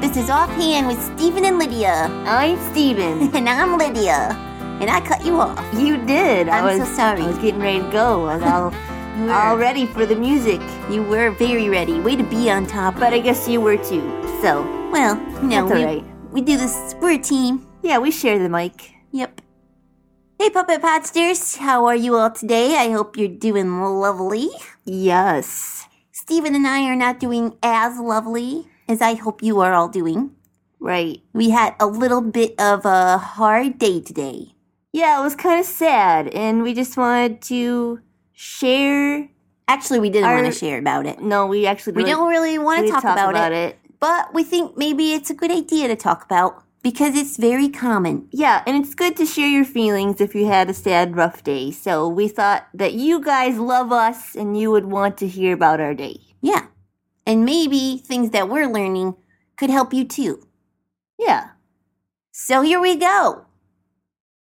This is Offhand with Stephen and Lydia. I'm Steven. And I'm Lydia. And I cut you off. You did. I I'm so was, sorry. I was getting ready to go. I was all, You were. all ready for the music. You were very ready. Way to be on top. But I guess you were too. So, well, no, That's all we, right. we do this. We're a team. yeah, we share the mic. Yep. Hey, Puppet Podsters. How are you all today? I hope you're doing lovely. Yes. Stephen and I are not doing as lovely as I hope you are all doing. Right. We had a little bit of a hard day today. Yeah, it was kind of sad, and we just wanted to share. Actually, we didn't Our- want to share about it. No, we actually We don't really we want to didn't talk, about, it, it. but we think maybe it's a good idea to talk about because it's very common. Yeah, and it's good to share your feelings if you had a sad, rough day. So we thought that you guys love us and you would want to hear about our day. Yeah. And maybe things that we're learning could help you too. Yeah. So here we go.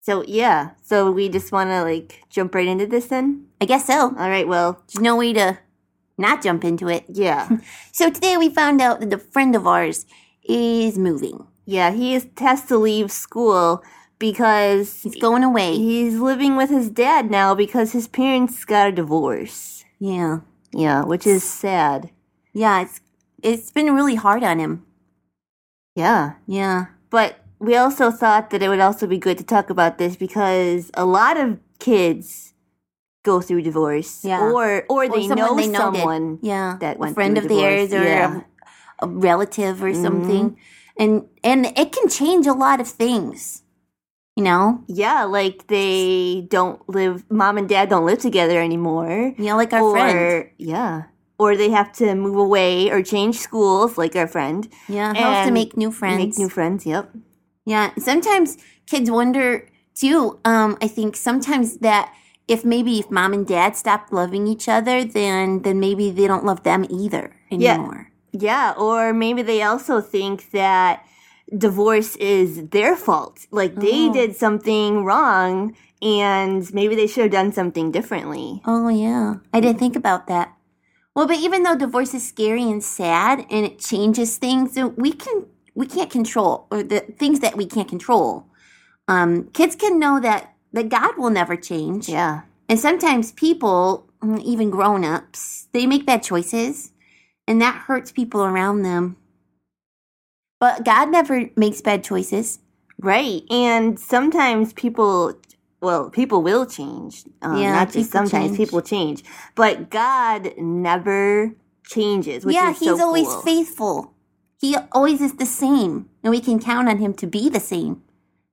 So yeah. So we just want to like jump right into this then. I guess so. All right. Well, There's no way to not jump into it. yeah, So today we found out that a friend of ours is moving. yeah. He is has to leave school because He's going away. he's living with his dad now because his parents got a divorce. Yeah. Yeah, which is sad. Yeah, it's it's been really hard on him. Yeah. Yeah. But we also thought that it would also be good to talk about this because a lot of kids go through divorce. Yeah. Or or they know someone they know did. someone. yeah that a went friend through of a divorce. theirs or Yeah. a, Mm-hmm. a relative or something and and it can change a lot of things you know Yeah, like they don't live mom and dad don't live together anymore. you know like our or friend yeah. Or they have to move away or change schools like our friend. yeah helps to and make new friends Make new friends, yep. yeah sometimes kids wonder too um i think sometimes that if maybe if mom and dad stop loving each other then then maybe they don't love them either Yeah. anymore Yeah, or maybe they also think that divorce is their fault. Like Oh. they did something wrong and maybe they should have done something differently. Oh, yeah. I didn't think about that. Well, but even though divorce is scary and sad and it changes things, uh, we can we can't control or the things that we can't control. Um, kids can know that that God will never change. Yeah. And sometimes people, mm, even grown-ups, they make bad choices and that hurts people around them. But God never makes bad choices. Right. And sometimes people well, people will change. Um, Yeah, not just people sometimes change. people change. But God never changes, which yeah, is so he's always cool. faithful. He always is the same, and we can count on him to be the same.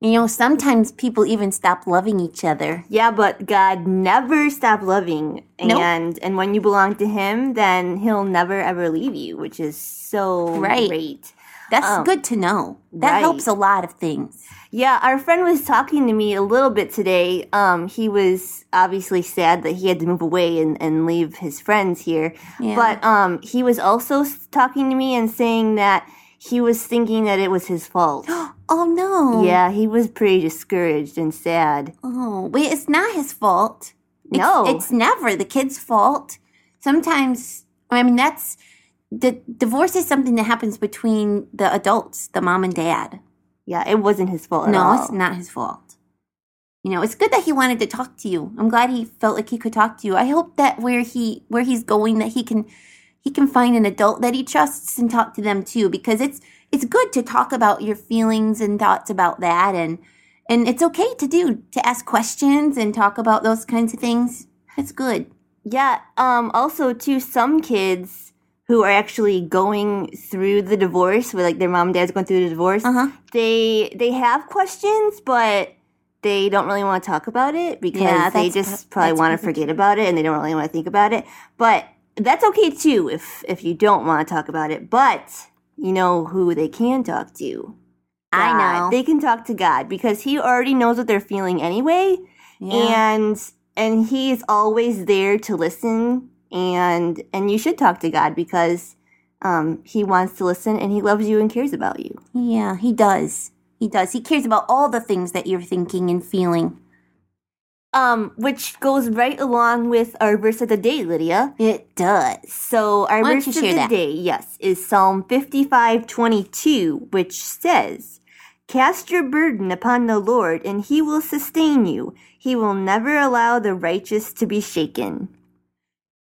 You know, sometimes people even stop loving each other. Yeah, but God never stop loving, Nope. and and when you belong to Him, then He'll never ever leave you, which is so Right. great. That's Oh, good to know. That right. helps a lot of things. Yeah, our friend was talking to me a little bit today. Um, he was obviously sad that he had to move away and, and leave his friends here, Yeah. but um, he was also s- talking to me and saying that he was thinking that it was his fault. Oh no. yeah, he was pretty discouraged and sad. Oh, wait, it's not his fault. It's, No. It's never the kid's fault. Sometimes, I mean, that's the divorce is something that happens between the adults, the mom and dad. Yeah, it wasn't his fault. at No, all. it's not his fault. You know, it's good that he wanted to talk to you. I'm glad he felt like he could talk to you. I hope that where he where he's going that he can he can find an adult that he trusts and talk to them too because it's it's good to talk about your feelings and thoughts about that and and it's okay to do to ask questions and talk about those kinds of things. That's good. Yeah. Um. Also, too, some kids who are actually going through the divorce, where like their mom and dad's going through the divorce, Uh-huh. they they have questions, but they don't really want to talk about it because Yeah, they that's just pro- probably that's want to perfect. forget about it and they don't really want to think about it. But that's okay too if if you don't want to talk about it. But you know who they can talk to. I God. know. they can talk to God because He already knows what they're feeling anyway yeah. and and he is always there to listen and and you should talk to god because um he wants to listen and he loves you and cares about you yeah, he does. He does. He cares about all the things that you're thinking and feeling. Um, which goes right along with our verse of the day, Lydia. It does. So our Why don't verse you of share the that? day, yes, is Psalm fifty-five twenty-two, which says, "Cast your burden upon the Lord, and He will sustain you. He will never allow the righteous to be shaken."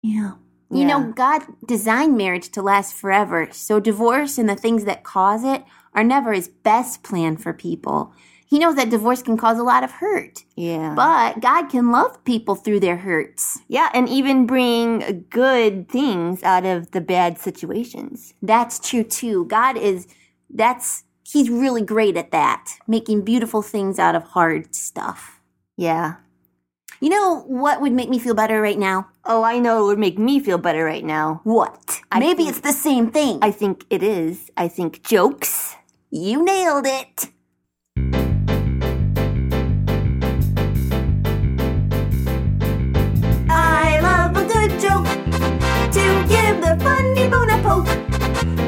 Yeah. You know, Yeah. God designed marriage to last forever. So divorce and the things that cause it are never his best plan for people. He knows that divorce can cause a lot of hurt, Yeah, but God can love people through their hurts. yeah, and even bring good things out of the bad situations. That's true too. God is, that's, he's really great at that, making beautiful things out of hard stuff. Yeah. You know what would make me feel better right now? Oh, I know it would make me feel better right now. What? Maybe think- it's the same thing. I think it is. I think jokes. you nailed it. I love a good joke to give the funny bone a poke.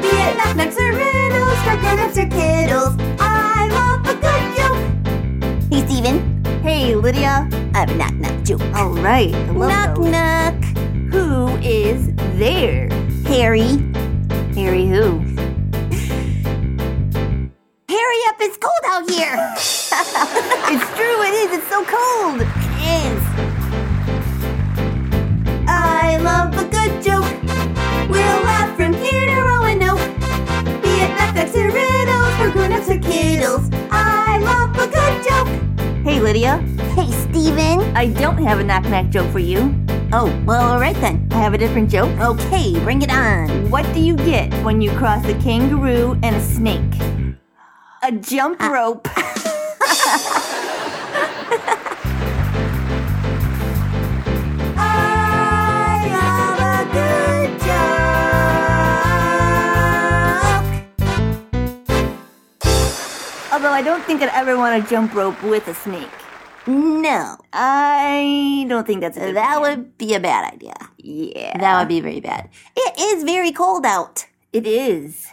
Be it knock-knocks or riddles, crackernuts or kiddles. I love a good joke. Hey, Steven. Hey, Lydia. I have a knock knock joke. All right. I love knock those. knock. Who is there? Harry. Harry who? Harry up, it's cold out here. It's true. It is. It's so cold. It is. I love a good joke. We'll laugh from here to Roanoke. Be it knock-knocks or riddles, or grown-ups or kiddles. I love a good joke. Hey, Lydia. Hey, Steven. I don't have a knock knock joke for you. Oh, well, all right then. I have a different joke. Okay, bring it on. What do you get when you cross a kangaroo and a snake? A jump Ah. rope. I love a good joke. Although I don't think I'd ever want to jump rope with a snake. No, I don't think that's a good that plan. would be a bad idea. yeah. That would be very bad. It is very cold out It is.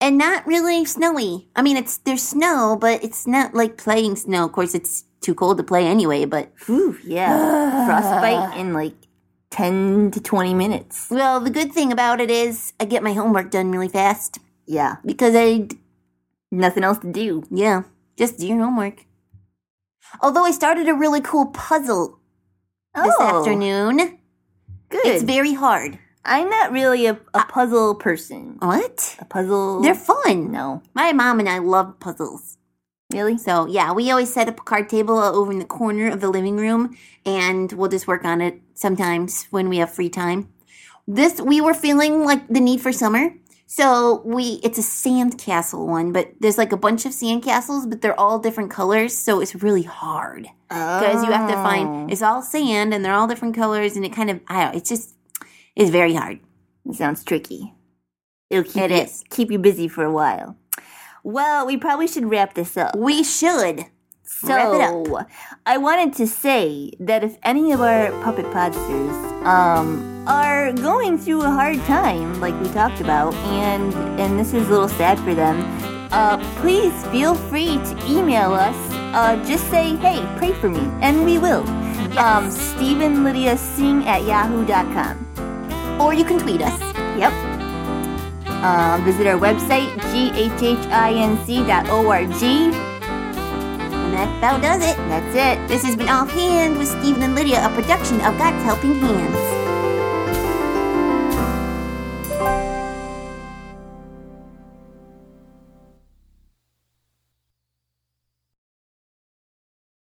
and not really snowy. I mean, it's there's snow, but it's not like playing snow. Of course, it's too cold to play anyway, but Ooh, yeah. Frostbite in like 10 to 20 minutes. well, the good thing about it is I get my homework done really fast Yeah. because I Nothing else to do. Yeah, just do your homework. Although I started a really cool puzzle this Oh. afternoon. Good. It's Ah. very hard. I'm not really a, a puzzle person. What? A puzzle. They're fun. no. My mom and I love puzzles. Really? So, yeah, we always set up a card table over in the corner of the living room and we'll just work on it sometimes when we have free time. This we were feeling like the need for summer. So, we it's a sand castle one, but there's like a bunch of sand castles, but they're all different colors, so it's really hard. because you have to find it's all sand and they're all different colors and it kind of I don't, it's just it's very hard. It sounds tricky. It'll keep It you, is. keep you busy for a while. Well, we probably should wrap this up. We should. So, Wrap it up. I wanted to say that if any of our puppet podsters um, are going through a hard time, like we talked about, and and this is a little sad for them, uh, please feel free to email us. Uh, just say, hey, pray for me, and we will. Um, Stephen Lydia Sing at yahoo.com. Or you can tweet us. Yep. Uh, Um, visit our website, ghhinc.org. And that about does it. That's it. This has been Offhand with Stephen and Lydia, a production of God's Helping Hands.